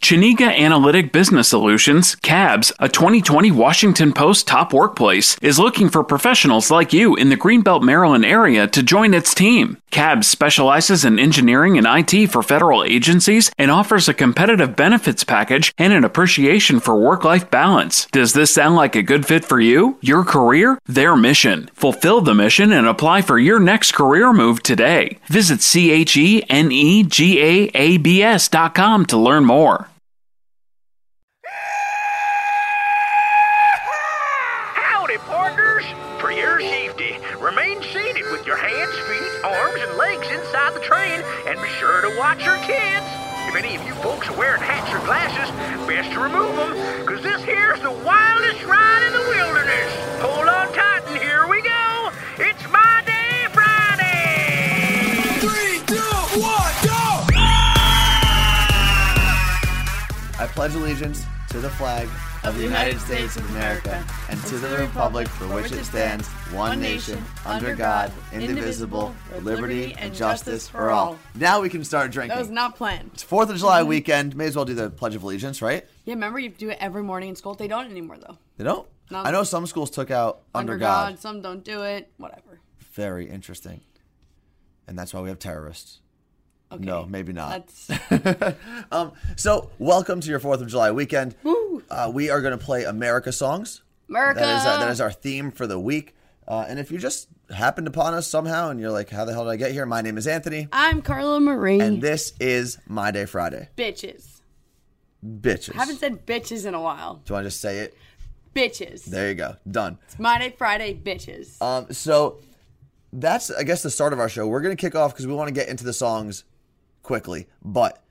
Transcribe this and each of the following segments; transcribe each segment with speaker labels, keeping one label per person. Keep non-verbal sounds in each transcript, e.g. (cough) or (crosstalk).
Speaker 1: Chaniga Analytic Business Solutions, CABS, a 2020 Washington Post top workplace, is looking for professionals like you in the Greenbelt, Maryland area to join its team. CABS specializes in engineering and IT for federal agencies and offers a competitive benefits package and an appreciation for work life balance. Does this sound like a good fit for you, your career, their mission? Fulfill the mission and apply for your next career move today. Visit E CHENEGAABS.com to learn more.
Speaker 2: Howdy, partners! For your safety, remain seated with your hands, feet, arms, and legs inside the train, and be sure to watch your kids. If any of you folks are wearing hats or glasses, best to remove them, because this here's the wildest ride in the wilderness. Hold on tight, and here we go. It's my day Friday!
Speaker 3: Three, two, one, go!
Speaker 4: I pledge allegiance to the flag of the United States of America and to the republic for which it stands, one nation, under God, indivisible, with liberty and justice for all. Now we can start drinking.
Speaker 5: That was not Mm-hmm. planned.
Speaker 4: it's Fourth of July weekend. May as well do the Pledge of Allegiance, right?
Speaker 5: Yeah, remember you do it every morning in school. They don't anymore though.
Speaker 4: They don't.
Speaker 5: No.
Speaker 4: I know some schools took out under, God.
Speaker 5: some don't do it. Whatever.
Speaker 4: Very interesting. And that's why we have terrorists. (laughs)
Speaker 5: Okay.
Speaker 4: No, maybe not. (laughs)
Speaker 5: That's
Speaker 4: Um, So, welcome to your Fourth of July weekend. Uh, we are going to play America songs.
Speaker 5: America.
Speaker 4: That is, uh, that is our theme for the week. Uh, and if you just happened upon us somehow and you're like, how the hell did I get here? My name is Anthony,
Speaker 5: I'm Carla Marie.
Speaker 4: and this is My Day Friday.
Speaker 5: bitches.
Speaker 4: Bitches.
Speaker 5: I haven't said bitches in a while.
Speaker 4: Do you want to just say it?
Speaker 5: Bitches.
Speaker 4: There you go. Done.
Speaker 5: Monday, Friday, bitches.
Speaker 4: Um, so that's, I guess, the start of our show. We're going to kick off because we want to get into the songs quickly. But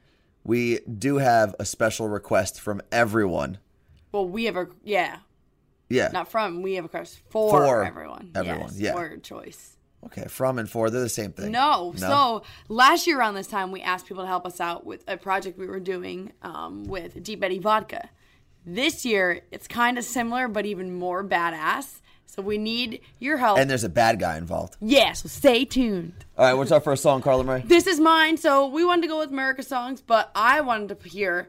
Speaker 4: we do have a special request from everyone.
Speaker 5: well, we have a yeah.
Speaker 4: Yeah.
Speaker 5: Not from. We have a crush for,
Speaker 4: For
Speaker 5: everyone.
Speaker 4: everyone,
Speaker 5: Yes,
Speaker 4: yeah.
Speaker 5: Word choice.
Speaker 4: okay. From and for, they're the same thing.
Speaker 5: No. So last year around this time, we asked people to help us out with a project we were doing um, with Deep Eddy Vodka. This year, it's kind of similar, but even more badass. So we need your help.
Speaker 4: And there's a bad guy involved.
Speaker 5: yeah, so stay tuned.
Speaker 4: All right. What's our first song, Carla Marie?
Speaker 5: This is mine. So we wanted to go with America songs, but I wanted to hear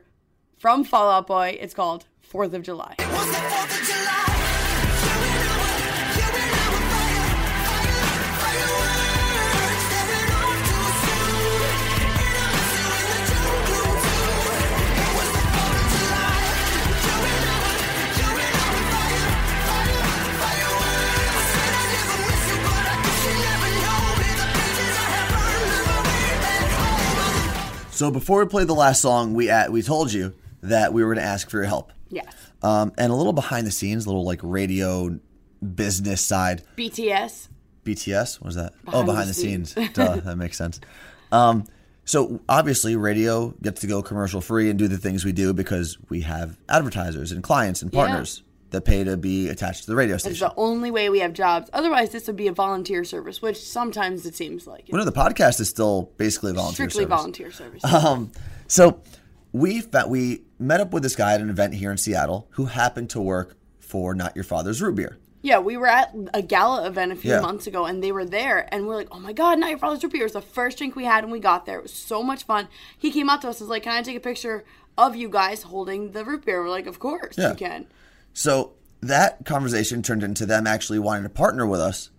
Speaker 5: from Fallout Boy. It's called Fourth of July.
Speaker 3: Was the Fourth of July? Here we go, here we go, fire, fire, fireworks. There it all too soon. And I'm still in the jungle too. It was the Fourth of July. Here we go, here we go, fire, fire, fireworks. Said I'd never miss it, but I guess you never know. With the bridges I have burned, never way back home.
Speaker 4: So before we play the last song, we at, we told you that we were going to ask for your help.
Speaker 5: Yes.
Speaker 4: Um, and a little behind the scenes, a little like radio business side.
Speaker 5: BTS.
Speaker 4: BTS, what was that? oh,
Speaker 5: Behind the
Speaker 4: behind the,
Speaker 5: scenes.
Speaker 4: scenes.
Speaker 5: (laughs)
Speaker 4: Duh, that makes sense. Um, so obviously, radio gets to go commercial free and do the things we do because we have advertisers and clients and partners that pay to be attached to the radio
Speaker 5: It's
Speaker 4: station.
Speaker 5: the only way we have jobs. Otherwise, this would be a volunteer service, which sometimes it seems like.
Speaker 4: Well, no, the podcast is still basically a volunteer
Speaker 5: strictly
Speaker 4: service.
Speaker 5: volunteer service.
Speaker 4: Um, so we fa- we met up with this guy at an event here in Seattle who happened to work for Not Your Father's Root Beer.
Speaker 5: yeah, we were at a gala event a few
Speaker 4: Yeah.
Speaker 5: months ago, and they were there, and we are like, "Oh my God, now your father's root beer!" It was the first drink we had when we got there. It was so much fun. He came up to us and was like, "Can I take a picture of you guys holding the root beer?" We're like, "Of course
Speaker 4: Yeah.
Speaker 5: you can."
Speaker 4: So that conversation turned into them actually wanting to partner with us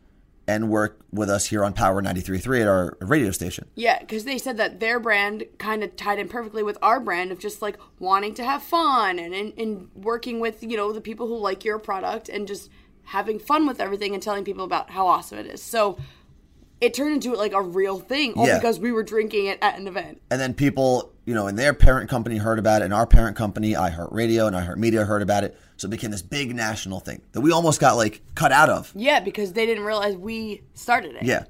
Speaker 4: and work with us here on Power 93.3 at our radio station.
Speaker 5: Yeah, because they said that their brand kind of tied in perfectly with our brand of just like wanting to have fun and, and and working with you know the people who like your product and just having fun with everything and telling people about how awesome it is. So it turned into like a real thing, all
Speaker 4: Yeah.
Speaker 5: because we were drinking it at an event.
Speaker 4: And then people, you know, in their parent company heard about it, and our parent company, iHeartRadio and iHeartMedia heard about it. So it became this big national thing that we almost got like cut out of.
Speaker 5: Yeah, because they didn't realize we started it.
Speaker 4: Yeah.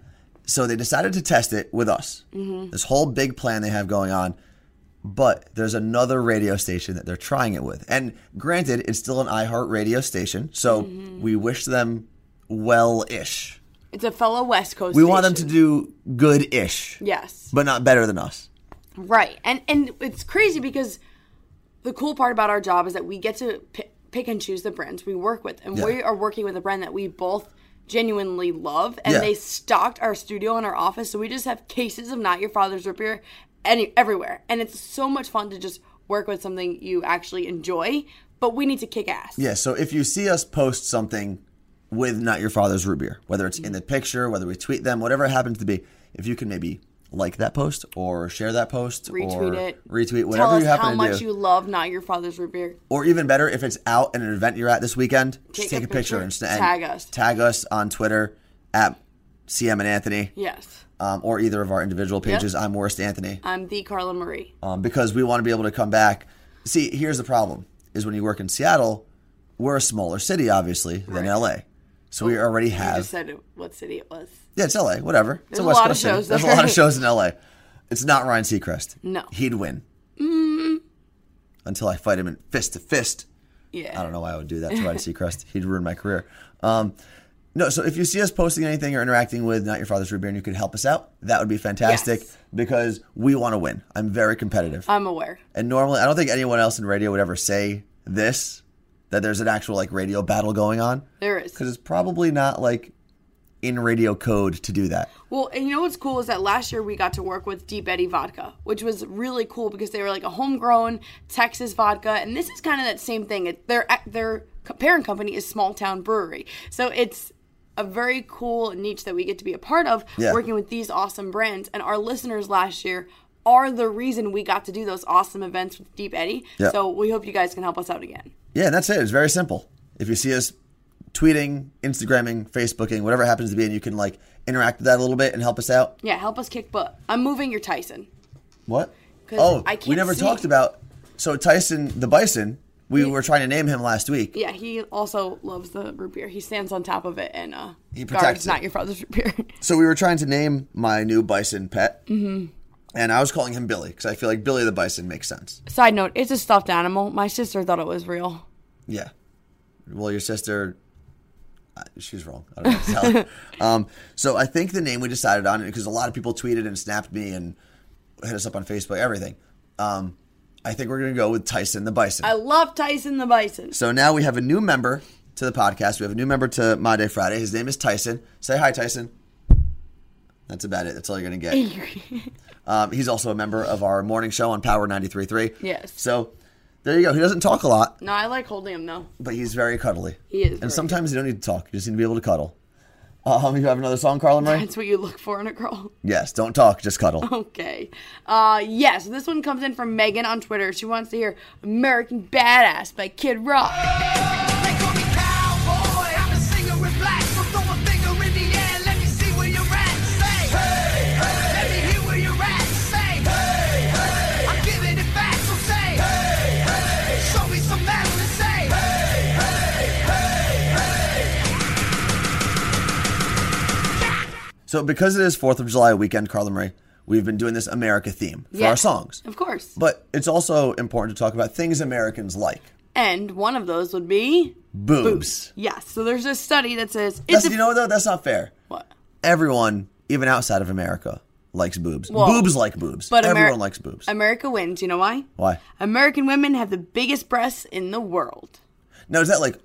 Speaker 4: So they decided to test it with us.
Speaker 5: Mm-hmm.
Speaker 4: This whole big plan they have going on. But there's another radio station that they're trying it with. And granted, it's still an iHeart radio station. So
Speaker 5: Mm-hmm.
Speaker 4: we wish them well ish.
Speaker 5: it's a fellow West Coast.
Speaker 4: We want them to
Speaker 5: station.
Speaker 4: do good ish,
Speaker 5: yes,
Speaker 4: but not better than us.
Speaker 5: right, and and it's crazy because the cool part about our job is that we get to pick, pick and choose the brands we work with, and
Speaker 4: Yeah.
Speaker 5: we are working with a brand that we both genuinely love, and
Speaker 4: Yeah.
Speaker 5: they stocked our studio and our office, so we just have cases of Not Your Father's Root Beer any everywhere, and it's so much fun to just work with something you actually enjoy, but we need to kick ass.
Speaker 4: Yeah, so if you see us post something with Not Your Father's Root Beer, whether it's in the
Speaker 5: Mm-hmm.
Speaker 4: picture, whether we tweet them, whatever it happens to be, if you can maybe like that post or share that post
Speaker 5: Retweet
Speaker 4: or
Speaker 5: it.
Speaker 4: retweet
Speaker 5: Tell
Speaker 4: whatever
Speaker 5: us
Speaker 4: you
Speaker 5: how
Speaker 4: happen to
Speaker 5: much
Speaker 4: do
Speaker 5: you love Not Your Father's Root Beer.
Speaker 4: or even better if it's out at an event you're at this weekend
Speaker 5: Take
Speaker 4: just take
Speaker 5: a
Speaker 4: a picture,
Speaker 5: picture,
Speaker 4: and sna- and
Speaker 5: tag us.
Speaker 4: tag us on Twitter at CM and Anthony
Speaker 5: Yes.
Speaker 4: um, or either of our individual pages I'm worst Anthony
Speaker 5: I'm the Carla Marie.
Speaker 4: um, because we want to be able to come back. See, here's the problem: is when you work in Seattle, we're a smaller city, obviously, than LA. So we already
Speaker 5: I
Speaker 4: have
Speaker 5: just said what city it was.
Speaker 4: yeah, it's LA, whatever. It's
Speaker 5: There's a lot of
Speaker 4: city.
Speaker 5: shows
Speaker 4: There's
Speaker 5: there.
Speaker 4: a lot of shows in
Speaker 5: (laughs)
Speaker 4: LA. It's not Ryan Seacrest.
Speaker 5: No. Mm-hmm.
Speaker 4: he'd win. Until I fight him in fist to fist.
Speaker 5: Yeah.
Speaker 4: I don't know why I would do that to Ryan Seacrest. (laughs) He'd ruin my career. Um, no, so if you see us posting anything or interacting with Not Your Father's Root Beer and you could help us out, that would be fantastic
Speaker 5: Yes.
Speaker 4: because we want to win. I'm very competitive.
Speaker 5: I'm aware.
Speaker 4: And normally, I don't think anyone else in radio would ever say this that there's an actual like radio battle going on
Speaker 5: There is.
Speaker 4: because it's probably not like in radio code to do that.
Speaker 5: Well, and you know what's cool is that last year we got to work with Deep Eddy Vodka, which was really cool because they were like a homegrown Texas vodka, and this is kind of that same thing. It, their their co- parent company is Small Town Brewery, so it's a very cool niche that we get to be a part of,
Speaker 4: Yeah.
Speaker 5: working with these awesome brands. And our listeners last year are the reason we got to do those awesome events with Deep Eddy.
Speaker 4: Yeah.
Speaker 5: So we hope you guys can help us out again.
Speaker 4: Yeah, and that's it. It's very simple. If you see us tweeting, Instagramming, Facebooking, whatever it happens to be, and you can like interact with that a little bit and help us out.
Speaker 5: Yeah, help us kick butt. I'm moving your Tyson.
Speaker 4: What?
Speaker 5: 'Cause
Speaker 4: Oh,
Speaker 5: I
Speaker 4: we
Speaker 5: can't
Speaker 4: never
Speaker 5: see.
Speaker 4: talked about. So Tyson the Bison, we were trying to name him last week.
Speaker 5: Yeah, he also loves the root beer. He stands on top of it and uh,
Speaker 4: He
Speaker 5: guards
Speaker 4: protects it.
Speaker 5: not your father's root beer. (laughs)
Speaker 4: So we were trying to name my new bison pet. Mm-hmm. And I was calling him Billy because I feel like Billy the Bison makes sense.
Speaker 5: Side note: It's a stuffed animal. My sister thought it was real.
Speaker 4: Yeah. Well, your sister, uh, she's wrong. I don't know what to
Speaker 5: (laughs)
Speaker 4: tell her. um, so I think the name we decided on, because a lot of people tweeted and snapped me and hit us up on Facebook, everything. Um, I think we're going to go with Tyson the Bison.
Speaker 5: I love Tyson the bison. (laughs)
Speaker 4: so now we have a new member to the podcast. We have a new member to My Day Friday. His name is Tyson. Say hi, Tyson. That's about it. That's all you're going to
Speaker 5: (laughs)
Speaker 4: get. Um, he's also a member of our morning show on Power 93.3.
Speaker 5: Yes.
Speaker 4: So there you go. He doesn't talk a lot
Speaker 5: no, I like holding him though.
Speaker 4: but he's very cuddly.
Speaker 5: He is very
Speaker 4: And sometimes you don't need to talk. You just need to be able to cuddle. Um, you have another song, Carla Murray?
Speaker 5: That's what you look for in a girl. (laughs)
Speaker 4: yes, don't talk, just cuddle.
Speaker 5: Oh. Okay. Uh, yeah. So this one comes in from Megan on Twitter. She wants to hear "American Badass" by Kid Rock.
Speaker 3: They call me cowboy. I'm a singer in black. So throw a finger in the air. Let me see where you're at. Say, hey, hey. Let me hear where you're at. Say, hey, hey. I'm giving it back. So say, hey, hey. Show me some metal and say, hey, hey, hey, hey.
Speaker 4: So, because it is 4th of July weekend, Carla Murray, we've been doing this America theme for
Speaker 5: Yeah,
Speaker 4: our songs.
Speaker 5: Of course.
Speaker 4: But it's also important to talk about things Americans like
Speaker 5: and one of those would be
Speaker 4: boobs.
Speaker 5: yes. So there's a study that says it's
Speaker 4: That's,
Speaker 5: a,
Speaker 4: you know, though, that's not fair.
Speaker 5: what?
Speaker 4: Everyone, even outside of America, likes boobs.
Speaker 5: Well,
Speaker 4: boobs like boobs.
Speaker 5: but Ameri-
Speaker 4: Everyone likes boobs.
Speaker 5: America wins. You know why?
Speaker 4: Why?
Speaker 5: American women have the biggest breasts in the world.
Speaker 4: Now, is that like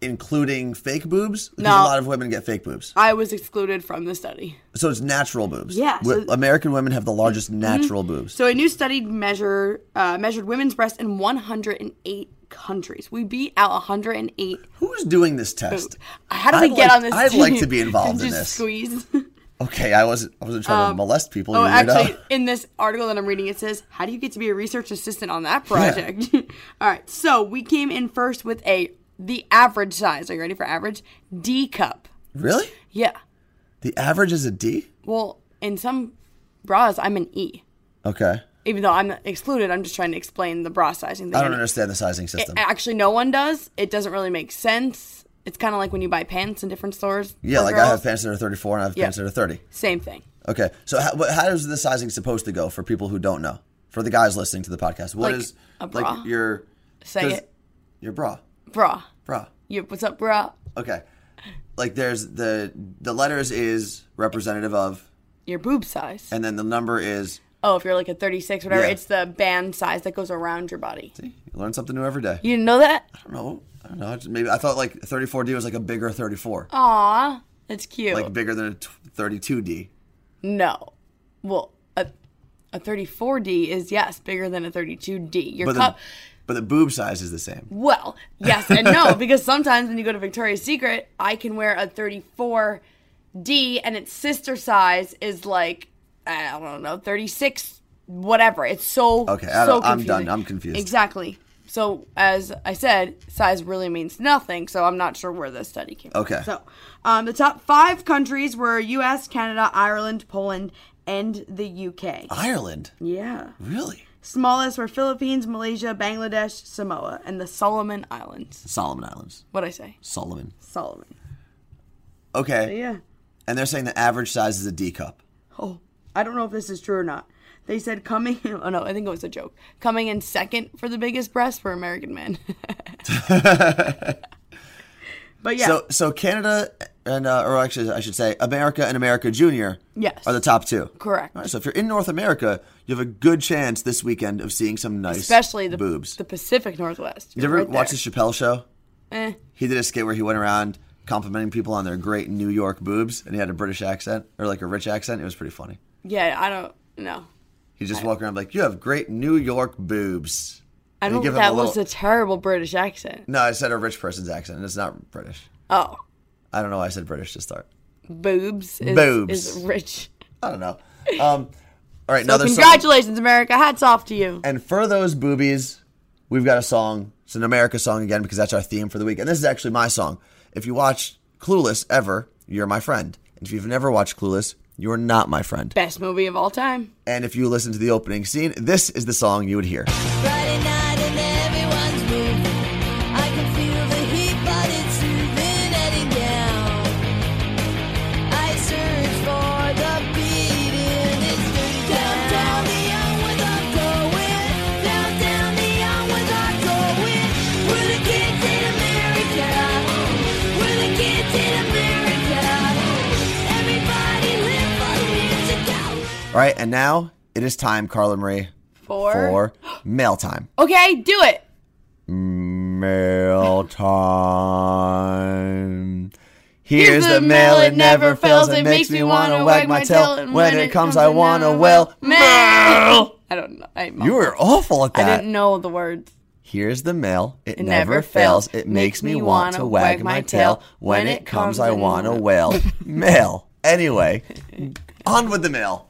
Speaker 4: including fake boobs? Because
Speaker 5: No.
Speaker 4: a lot of women get fake boobs.
Speaker 5: I was excluded from the study.
Speaker 4: So it's natural boobs.
Speaker 5: Yeah,
Speaker 4: Wo-
Speaker 5: so- Mm-hmm.
Speaker 4: American women have the largest natural boobs.
Speaker 5: So a new study measure uh, measured women's breasts in 108 countries. We beat out 108.
Speaker 4: Who's doing this test?
Speaker 5: How do we
Speaker 4: I'd
Speaker 5: get
Speaker 4: like-
Speaker 5: on this?
Speaker 4: I'd
Speaker 5: team? (laughs)
Speaker 4: like to be involved
Speaker 5: Just
Speaker 4: in this.
Speaker 5: Squeeze.
Speaker 4: Okay, I wasn't. I wasn't trying to molest people.
Speaker 5: (laughs) oh,
Speaker 4: you weirdo.
Speaker 5: actually, in this article that I'm reading, it says, "How do you get to be a research assistant on that project?" (laughs) All right. So we came in first with a the average size. Are you ready for average? D cup.
Speaker 4: really?
Speaker 5: Yeah.
Speaker 4: The average is a D.
Speaker 5: Well, in some bras, I'm an E.
Speaker 4: Okay,
Speaker 5: Even though I'm excluded, I'm just trying to explain the bra sizing thing.
Speaker 4: I don't understand the sizing system.
Speaker 5: Actually, no one does. It doesn't really make sense. It's kind of like when you buy pants in different stores.
Speaker 4: yeah,
Speaker 5: for
Speaker 4: like I
Speaker 5: girls.
Speaker 4: have pants that are 34 and I have
Speaker 5: Yeah.
Speaker 4: pants that are 30.
Speaker 5: Same thing.
Speaker 4: Okay, so how, what- how is the sizing supposed to go for people who don't know? For the guys listening to the podcast, what
Speaker 5: Like
Speaker 4: is
Speaker 5: a bra?
Speaker 4: like your
Speaker 5: Say
Speaker 4: 'cause-
Speaker 5: it,
Speaker 4: your bra
Speaker 5: bra.
Speaker 4: bra?
Speaker 5: Yeah, what's up, bra?
Speaker 4: Okay, like there's the the letters is representative of,
Speaker 5: Your boob size.
Speaker 4: and then the number is
Speaker 5: oh, if you're like a 36, whatever,
Speaker 4: Yeah.
Speaker 5: it's the band size that goes around your body.
Speaker 4: You learn something new every day.
Speaker 5: You didn't know that?
Speaker 4: I don't know. I don't know. I just- Maybe I thought like 34D was like a bigger 34,
Speaker 5: Oh. Aw, that's cute.
Speaker 4: like bigger than a t- 32D.
Speaker 5: no. Well, a, a 34D is yes bigger than a 32D. Your
Speaker 4: But the,
Speaker 5: cup,
Speaker 4: but the boob size is the same.
Speaker 5: well, yes
Speaker 4: (laughs)
Speaker 5: and no because sometimes when you go to Victoria's Secret, I can wear a 34D and its sister size is like I don't know 36 whatever. It's so
Speaker 4: Okay, I
Speaker 5: so
Speaker 4: don't- I'm done.
Speaker 5: confusing.
Speaker 4: I'm confused.
Speaker 5: Exactly. So as I said, size really means nothing. So I'm not sure where this study came. from.
Speaker 4: Okay.
Speaker 5: So um, the top five countries were U.S., Canada, Ireland, Poland, and the UK.
Speaker 4: Ah. Ireland,
Speaker 5: Yeah.
Speaker 4: really?
Speaker 5: Smallest were Philippines, Malaysia, Bangladesh, Samoa, and the Solomon Islands.
Speaker 4: Solomon Islands.
Speaker 5: What'd I say?
Speaker 4: Solomon.
Speaker 5: Solomon.
Speaker 4: Okay.
Speaker 5: Yeah.
Speaker 4: And they're saying the average size is a D cup.
Speaker 5: Oh, I don't know if this is true or not. They said coming. (laughs) Oh no, I think it was a joke. Coming in second for the biggest breasts were American (laughs) men. but yeah,
Speaker 4: So so Canada and uh, or actually I should say America and America Junior
Speaker 5: Yes.
Speaker 4: are the top two.
Speaker 5: correct.
Speaker 4: All right, so if you're in North America, you have a good chance this weekend of seeing some nice
Speaker 5: Especially the
Speaker 4: boobs.
Speaker 5: the Pacific Northwest.
Speaker 4: you ever watch the Chappelle show?
Speaker 5: Eh.
Speaker 4: He did a skit where he went around complimenting people on their great New York boobs, and he had a British accent or like a rich accent. It was pretty funny.
Speaker 5: Yeah, I don't know.
Speaker 4: He just walked around like, "You have great New York boobs."
Speaker 5: I
Speaker 4: And you
Speaker 5: don't.
Speaker 4: give
Speaker 5: That
Speaker 4: him a
Speaker 5: was a
Speaker 4: little-
Speaker 5: terrible British accent.
Speaker 4: No, I said a rich person's accent. and It's not British.
Speaker 5: Oh,
Speaker 4: I don't know why I said British to start.
Speaker 5: boobs. Is,
Speaker 4: Boobs.
Speaker 5: is rich.
Speaker 4: I don't know. Um, all right, now there's some-
Speaker 5: Congratulations, America. Hats off to you.
Speaker 4: And for those boobies, we've got a song. It's an America song again because that's our theme for the week. And this is actually my song. If you watch Clueless ever, you're my friend. And if you've never watched Clueless, you are not my friend.
Speaker 5: Best movie of all time.
Speaker 4: And if you listen to the opening scene, this is the song you would hear.
Speaker 3: Friday night and everyone's moving. I can feel the heat, but it's soothing, heading down. I search for the beat in this downtown. Neon with our going downtown. Neon with our going. We're the kids in America. We're the kids in America. Everybody live for the music.
Speaker 4: All right, and now it is time, Carla Marie,
Speaker 5: Four.
Speaker 4: for mail time.
Speaker 5: Okay, do it.
Speaker 4: Mail time.
Speaker 5: Here's
Speaker 4: Here's
Speaker 5: the
Speaker 4: the mail,
Speaker 5: mail,
Speaker 4: it never fails. It makes me want to wag my tail. When it comes, I want to well.
Speaker 5: mail. I don't know. I,
Speaker 4: You were awful at
Speaker 5: I
Speaker 4: that.
Speaker 5: didn't know the words.
Speaker 4: Here's the mail. It, never, fails. It makes me want to wag my tail. When it comes, I
Speaker 5: in
Speaker 4: want to (laughs)
Speaker 5: the-
Speaker 4: wail. mail. Anyway, on with the mail.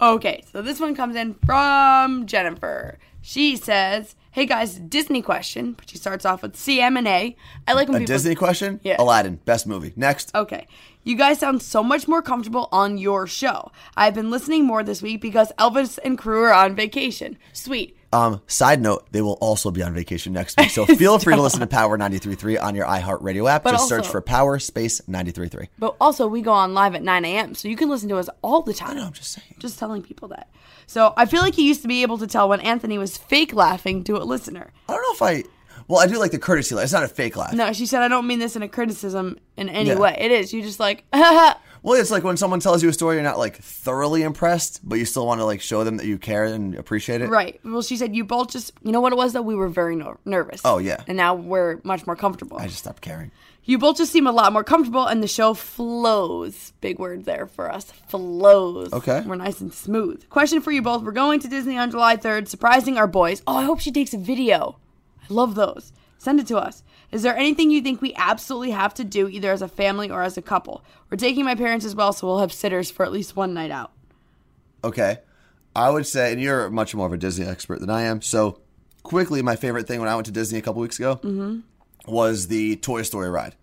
Speaker 5: Okay, so this one comes in from Jennifer. She says, "Hey guys, Disney question." But she starts off with CM&A. I like when
Speaker 4: A
Speaker 5: people
Speaker 4: Disney question?
Speaker 5: Yeah.
Speaker 4: Aladdin, best movie. Next.
Speaker 5: Okay. You guys sound so much more comfortable on your show. I've been listening more this week because Elvis and crew are on vacation. Sweet.
Speaker 4: Um, side note, they will also be on vacation next week. (laughs) So feel free to listen to Power 93.3 on your iHeartRadio app. Just search
Speaker 5: also-
Speaker 4: for Power Space 93.3.
Speaker 5: But also, we go on live at 9 a.m., so you can listen to us all the time.
Speaker 4: No, I'm just saying.
Speaker 5: Just telling people that. So I feel like you used to be able to tell when Anthony was fake laughing to a listener.
Speaker 4: I don't know if I. Well, I do like the courtesy laugh. It's not a fake laugh.
Speaker 5: No, she said, I don't mean this in a criticism in any
Speaker 4: Yeah.
Speaker 5: way. It is. You just like, (laughs) haha.
Speaker 4: Well, it's like when someone tells you a story, you're not like thoroughly impressed, but you still want to like show them that you care and appreciate it.
Speaker 5: Right. Well, she said, you both just, you know what it was though? We were very no- nervous.
Speaker 4: Oh, yeah.
Speaker 5: And now we're much more comfortable.
Speaker 4: I just stopped caring.
Speaker 5: You both just seem a lot more comfortable, and the show flows. Big word there for us. Flows.
Speaker 4: Okay.
Speaker 5: We're nice and smooth. Question for you both. We're going to Disney on July 3rd, surprising our boys. Oh, I hope she takes a video. I love those. Send it to us. Is there anything you think we absolutely have to do, either as a family or as a couple? We're taking my parents as well, so we'll have sitters for at least one night out.
Speaker 4: Okay. I would say, and you're much more of a Disney expert than I am. So, quickly, my favorite thing when I went to Disney a couple weeks ago
Speaker 5: Mm-hmm.
Speaker 4: was the Toy Story ride.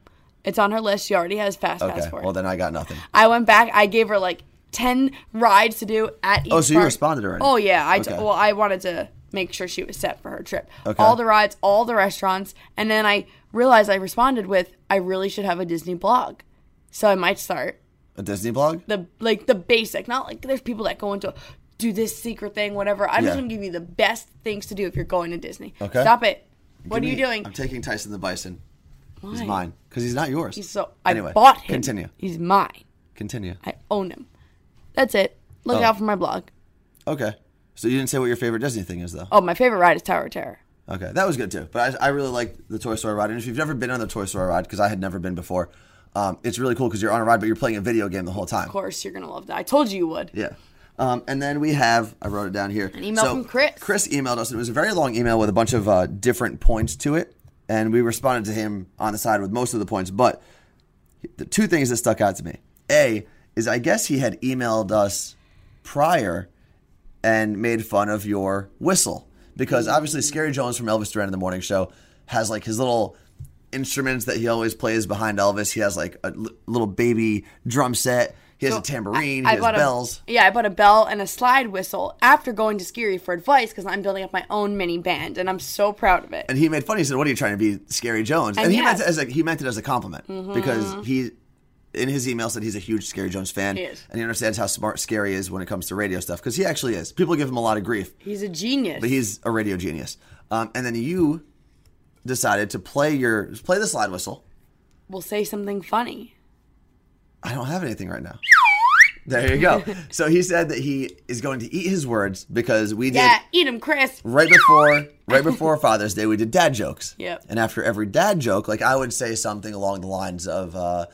Speaker 5: It's on her list. She already has Fast
Speaker 4: Okay.
Speaker 5: Pass for it.
Speaker 4: Well, then I got nothing.
Speaker 5: I went back. I gave her like ten rides to do at each.
Speaker 4: Oh, so you
Speaker 5: park.
Speaker 4: responded already.
Speaker 5: Oh yeah, I t-
Speaker 4: Okay.
Speaker 5: well I wanted to make sure she was set for her trip.
Speaker 4: Okay.
Speaker 5: All the rides, all the restaurants, and then I realized I responded with I really should have a Disney blog, so I might start
Speaker 4: A Disney blog?
Speaker 5: the like the basic. Not like there's people that go into do this secret thing, whatever. I'm
Speaker 4: Yeah.
Speaker 5: just gonna give you the best things to do if you're going to Disney.
Speaker 4: Okay.
Speaker 5: Stop it. What
Speaker 4: Give
Speaker 5: are you
Speaker 4: me-
Speaker 5: doing?
Speaker 4: I'm taking Tyson the Bison. He's
Speaker 5: Why?
Speaker 4: mine because he's not yours.
Speaker 5: so
Speaker 4: Anyway,
Speaker 5: I bought him.
Speaker 4: Continue.
Speaker 5: He's mine.
Speaker 4: Continue.
Speaker 5: I own him. That's it. Look
Speaker 4: Oh.
Speaker 5: out for my blog.
Speaker 4: Okay. So you didn't say what your favorite Disney thing is, though.
Speaker 5: Oh, my favorite ride is Tower of Terror.
Speaker 4: Okay, that was good too. But I, I really liked the Toy Story ride. And if you've never been on the Toy Story ride, because I had never been before, um, it's really cool because you're on a ride, but you're playing a video game the whole time.
Speaker 5: Of course, you're gonna love that. I told you you would.
Speaker 4: Yeah. Um, and then we have, I wrote it down here. An
Speaker 6: email from Chris.
Speaker 4: Chris emailed us. and It was a very long email with a bunch of uh, different points to it. And we responded to him on the side with most of the points. But the two things that stuck out to me A, is I guess he had emailed us prior and made fun of your whistle. Because obviously, Scary Jones from Elvis Duran in the Morning Show has like his little instruments that he always plays behind Elvis. He has like a l- little baby drum set, he has a tambourine, he has
Speaker 5: bought
Speaker 4: bells.
Speaker 5: A, yeah, I bought a bell and a slide whistle after going to Scary for advice because I'm building up my own mini band and I'm so proud of it.
Speaker 4: and he made fun. He said, "What are you trying to be, Scary Jones?" And,
Speaker 5: And Mm-hmm.
Speaker 4: he
Speaker 5: yeah.
Speaker 4: meant it as a, he meant it as a compliment because he, in his email, said he's a huge Scary Jones fan
Speaker 5: He is.
Speaker 4: and he understands how smart Scary is when it comes to radio stuff because he actually is. People give him a lot of grief,
Speaker 5: He's a genius.
Speaker 4: but he's a radio genius. Um, and then you decided to play your play the slide whistle.
Speaker 5: will say something funny.
Speaker 4: I don't have anything right now. There you
Speaker 5: (laughs)
Speaker 4: go. so he said that he is going to eat his words because we did
Speaker 5: Yeah, eat him, Chris.
Speaker 4: right before
Speaker 5: (laughs)
Speaker 4: right before Father's Day, we did dad jokes.
Speaker 5: Yep.
Speaker 4: And after every dad joke, like I would say something along the lines of, uh,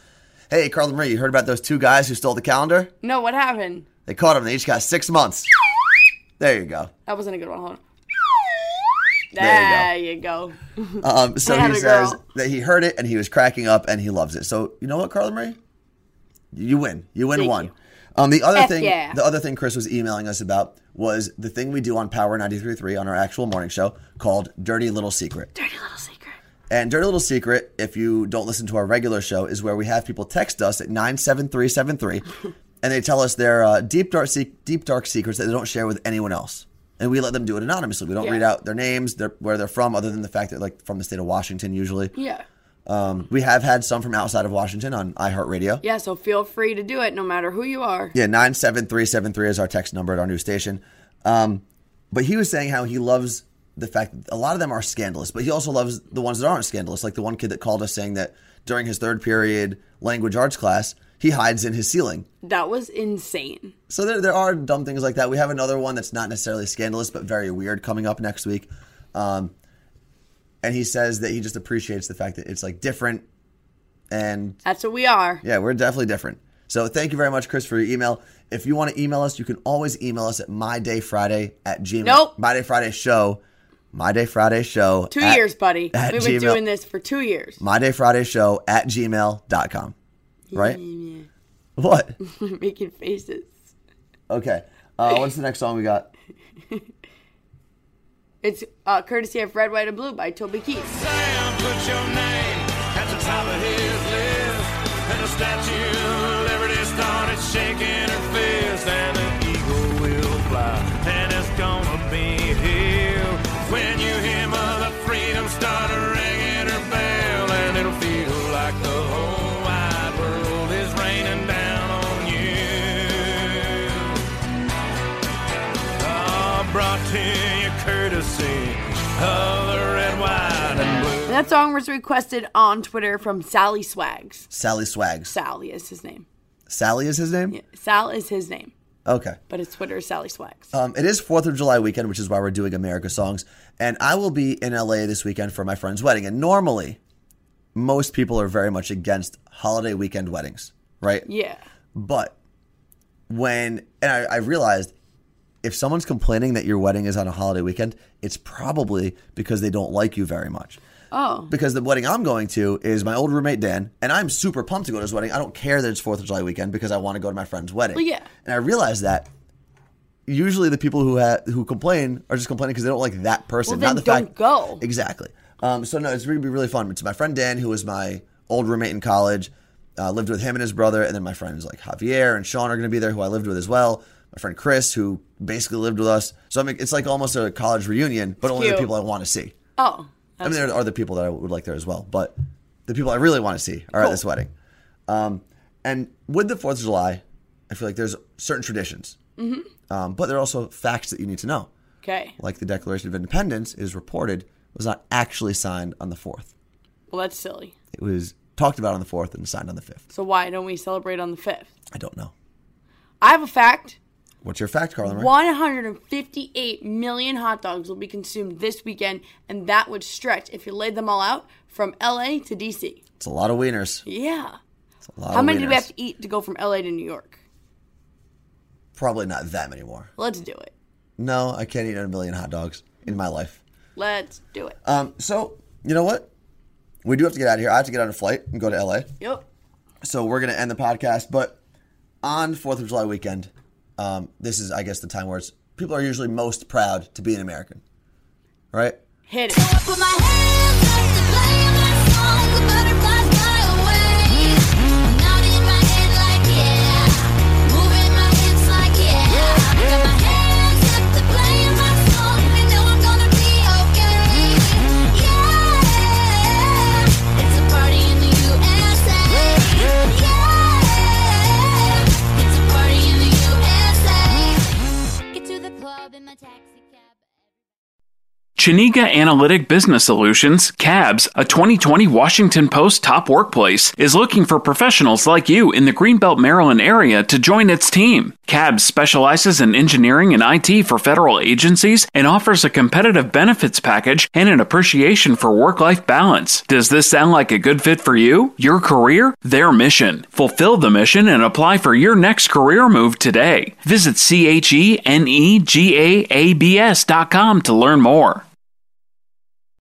Speaker 4: "Hey, Carla Marie, you heard about those two guys who stole the calendar?
Speaker 5: No, what happened?
Speaker 4: They caught them. They each got six months." There you go.
Speaker 5: That wasn't a good one. Hold on.
Speaker 4: There
Speaker 5: There you go.
Speaker 4: Um, so
Speaker 5: Had
Speaker 4: he
Speaker 5: a
Speaker 4: says
Speaker 5: girl.
Speaker 4: that he heard it and he was cracking up and he loves it. So you know what, Carla Marie, you win. You win
Speaker 5: Thank
Speaker 4: one.
Speaker 5: you.
Speaker 4: Um, the other
Speaker 5: Heck
Speaker 4: thing,
Speaker 5: yeah.
Speaker 4: the other thing Chris was emailing us about was the thing we do on Power 93.3 on our actual morning show called Dirty Little Secret.
Speaker 5: Dirty little secret.
Speaker 4: And Dirty Little Secret, if you don't listen to our regular show, is where we have people text us at
Speaker 5: (laughs)
Speaker 4: 97373 and they tell us their uh, deep, dark se- deep dark secrets that they don't share with anyone else. And we let them do it anonymously. We don't
Speaker 5: Yeah.
Speaker 4: read out their names, their, where they're from, other than the fact that like from the state of Washington usually.
Speaker 5: Yeah.
Speaker 4: Um, we have had some from outside of Washington on iHeartRadio.
Speaker 5: Yeah, so feel free to do it no matter who you are.
Speaker 4: Yeah, 97373 is our text number at our new station. Um, but he was saying how he loves the fact that a lot of them are scandalous, but he also loves the ones that aren't scandalous. Like the one kid that called us saying that during his third period language arts class, he hides in his ceiling.
Speaker 5: That was insane.
Speaker 4: So there, there are dumb things like that. We have another one that's not necessarily scandalous, but very weird coming up next week. Um, and he says that he just appreciates the fact that it's like different and
Speaker 5: That's what we are.
Speaker 4: yeah, we're definitely different. So thank you very much, Chris, for your email. If you want to email us, you can always email us at mydayfriday at gmail.
Speaker 5: Nope.
Speaker 4: My Day Friday Show. My Day Friday Show.
Speaker 5: Two
Speaker 4: at-
Speaker 5: years, buddy.
Speaker 4: at
Speaker 5: We've
Speaker 4: Gmail.
Speaker 5: been doing this for two years. (laughs)
Speaker 4: My Day Friday Show at gmail.com. Right? What?
Speaker 5: Making faces.
Speaker 4: Okay. Uh, what's the next song we got?
Speaker 5: It's uh, courtesy of Red, White, and Blue by Toby Keith.
Speaker 7: Sam put your name at the top of his list. And the Statue of Liberty started shaking her fist. And the eagle will fly, and it's gonna be here. When you hear Mother Freedom start ringing her bell, and it'll feel like the whole wide world is raining down on you are brought to you courtesy of the red, white, and blue.
Speaker 5: And that song was requested on Twitter from Sally Swags.
Speaker 4: Sally Swags.
Speaker 5: Sally is his name.
Speaker 4: Sally is his name?
Speaker 5: Yeah, Sal is his name,
Speaker 4: Okay.
Speaker 5: but his Twitter is Sally Swags.
Speaker 4: Um, it is 4th of July weekend, which is why we're doing America songs. And I will be in LA this weekend for my friend's wedding. And normally, most people are very much against holiday weekend weddings, right?
Speaker 5: yeah.
Speaker 4: But when, and I, I realized if someone's complaining that your wedding is on a holiday weekend, it's probably because they don't like you very much.
Speaker 5: Oh.
Speaker 4: Because the wedding I'm going to is my old roommate Dan, and I'm super pumped to go to his wedding. I don't care that it's 4th of July weekend because I want to go to my friend's wedding.
Speaker 5: Well, yeah.
Speaker 4: And I realized that usually the people who ha- who complain are just complaining because they don't like that person,
Speaker 5: Well,
Speaker 4: not the
Speaker 5: then
Speaker 4: fact.
Speaker 5: don't go.
Speaker 4: Exactly. Um, so no, it's going to be really fun. It's my friend Dan, who was my old roommate in college, uh, lived with him and his brother, and then my friends like Javier and Sean are going to be there, who I lived with as well. My friend Chris, who basically lived with us. So I mean, it's like almost a college reunion, but only the
Speaker 5: cute.
Speaker 4: people I want to see.
Speaker 5: Oh.
Speaker 4: I mean, there are the people that I would like there as well, but the people I really want to see are at
Speaker 5: Cool.
Speaker 4: this wedding. Um, and with the Fourth of July, I feel like there's certain traditions, mm-hmm. um, but there are also facts that you need to know.
Speaker 5: Okay.
Speaker 4: Like the Declaration of Independence it is reported was not actually signed on the fourth;
Speaker 5: Well, that's silly.
Speaker 4: it was talked about on the fourth and signed on the fifth.
Speaker 5: So why don't we celebrate on the 5th?
Speaker 4: I don't know.
Speaker 5: I have a fact.
Speaker 4: What's your fact, Carla? Marie?
Speaker 5: 158 million hot dogs will be consumed this weekend, and that would stretch if you laid them all out from LA to DC.
Speaker 4: It's a lot of wieners.
Speaker 5: Yeah.
Speaker 4: It's a lot
Speaker 5: How
Speaker 4: of
Speaker 5: many do we
Speaker 4: wieners.
Speaker 5: have to eat to go from LA to New York?
Speaker 4: probably not them anymore.
Speaker 5: Let's do it.
Speaker 4: No, I can't eat a million hot dogs in my life.
Speaker 5: Let's do it.
Speaker 4: Um, so you know what? We do have to get out of here. I have to get on a flight and go to LA.
Speaker 5: Yep.
Speaker 4: So we're gonna end the podcast. But on Fourth of July weekend, um, this is I guess the time where it's, people are usually most proud to be an American, right?
Speaker 5: Hit it.
Speaker 3: Put my hands up to play my song. The butterflies fly away. I'm nodding my head like yeah, moving my hips like yeah. Got my hands up to play my song. You know I'm gonna be okay. Yeah, it's a party in the USA. Yeah, it's a party in the USA. Get to the club in my taxi cab.
Speaker 1: Chiniga Analytic Business Solutions, CABS, a 2020 Washington Post top workplace, is looking for professionals like you in the Greenbelt, Maryland area to join its team. CABS specializes in engineering and IT for federal agencies and offers a competitive benefits package and an appreciation for work life balance. Does this sound like a good fit for you, your career, their mission? Fulfill the mission and apply for your next career move today. Visit C H E N E G A A B S dot com to learn more.